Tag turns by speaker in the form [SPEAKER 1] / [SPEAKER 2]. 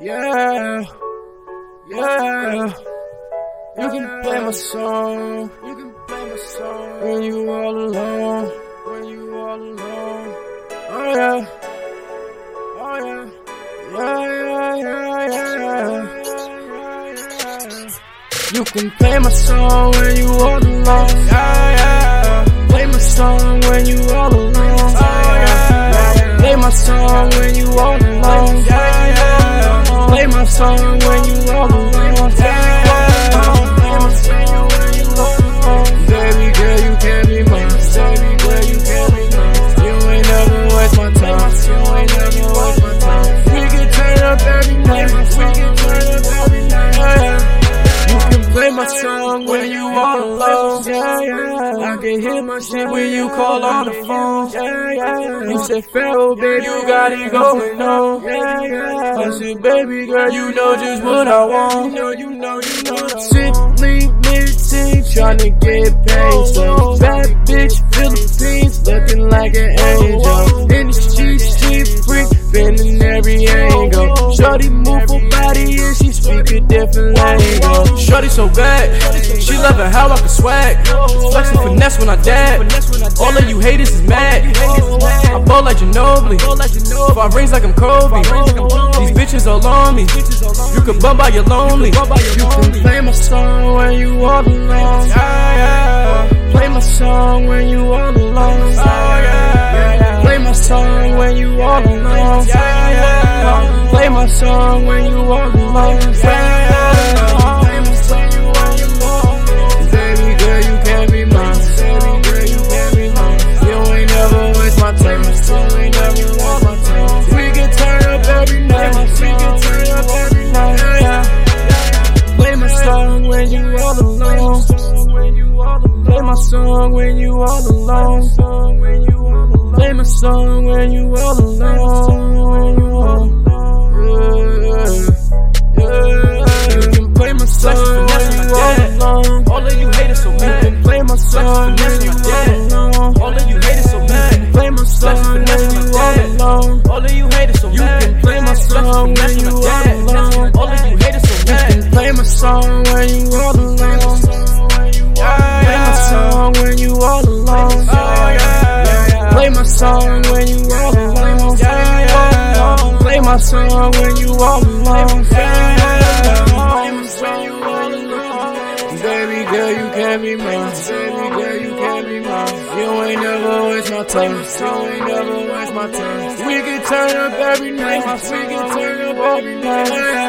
[SPEAKER 1] Yeah, yeah. You can play my song. You can play my song when you all alone. When you all alone. Oh yeah, oh yeah, yeah, yeah, yeah, yeah. You can play my song when you all alone. Yeah, yeah. Play my song when you all alone. Oh yeah. Play my song when you all alone. Yeah, yeah. Play my song when you all alone. Yeah, yeah. Baby girl, you can't be mine. Baby girl, you can't be mine. You ain't never waste my time. You ain't never waste my time. We can turn up every night. We can turn up every night. You can play my song when you all alone. Yeah, yeah. I can hear my shit when you call on the phone. Yeah, yeah. You say, Pharaoh, baby, you got it going on. Yeah, yeah. I said, baby girl, you know just what I want. You know, you know, you know. Sick, lean, mid-team, tryna get paid. So, bad bitch, Philippines, looking like an angel. In the streets, she freak, bending every angle. Shorty move her body and she speak a different language.
[SPEAKER 2] Shorty so bad, she loving how I can swag. Flexing finesse when I dab. All of you haters is mad. I ball like Ginobili. Five rings like I'm Kobe. These bitches all on me. You can bump by your lonely.
[SPEAKER 1] You can play my song when you all alone. Play my song when you all alone. Play my song when you all alone. Play my song when you all alone. Play my song when you all alone. Baby girl, you can't be mine. Baby girl, you can't be mine. You ain't never waste my time. You ain't never waste my time. We can turn up every night. We can turn up every night. Play my song when you all alone. Play my song when you all alone. Play my song when you all alone. Yeah, yeah. You can play my song when you all alone.
[SPEAKER 2] All of you haters so
[SPEAKER 1] You
[SPEAKER 2] mad.
[SPEAKER 1] can play my song when you all alone.
[SPEAKER 2] All of you haters so mad.
[SPEAKER 1] Play my song when you all alone.
[SPEAKER 2] All of you haters so mad.
[SPEAKER 1] can play my song when you all alone.
[SPEAKER 2] All of you haters so
[SPEAKER 1] You
[SPEAKER 2] mad.
[SPEAKER 1] can play my song when you all alone. Play my song when you all alone.
[SPEAKER 2] Oh,
[SPEAKER 1] Play my song when you all alone. Play my song when you all alone. Baby girl, you can't be mine. Baby girl, you can't be mine. You ain't never waste my time. You ain't never waste my time. We can turn up every night. We can turn up every night.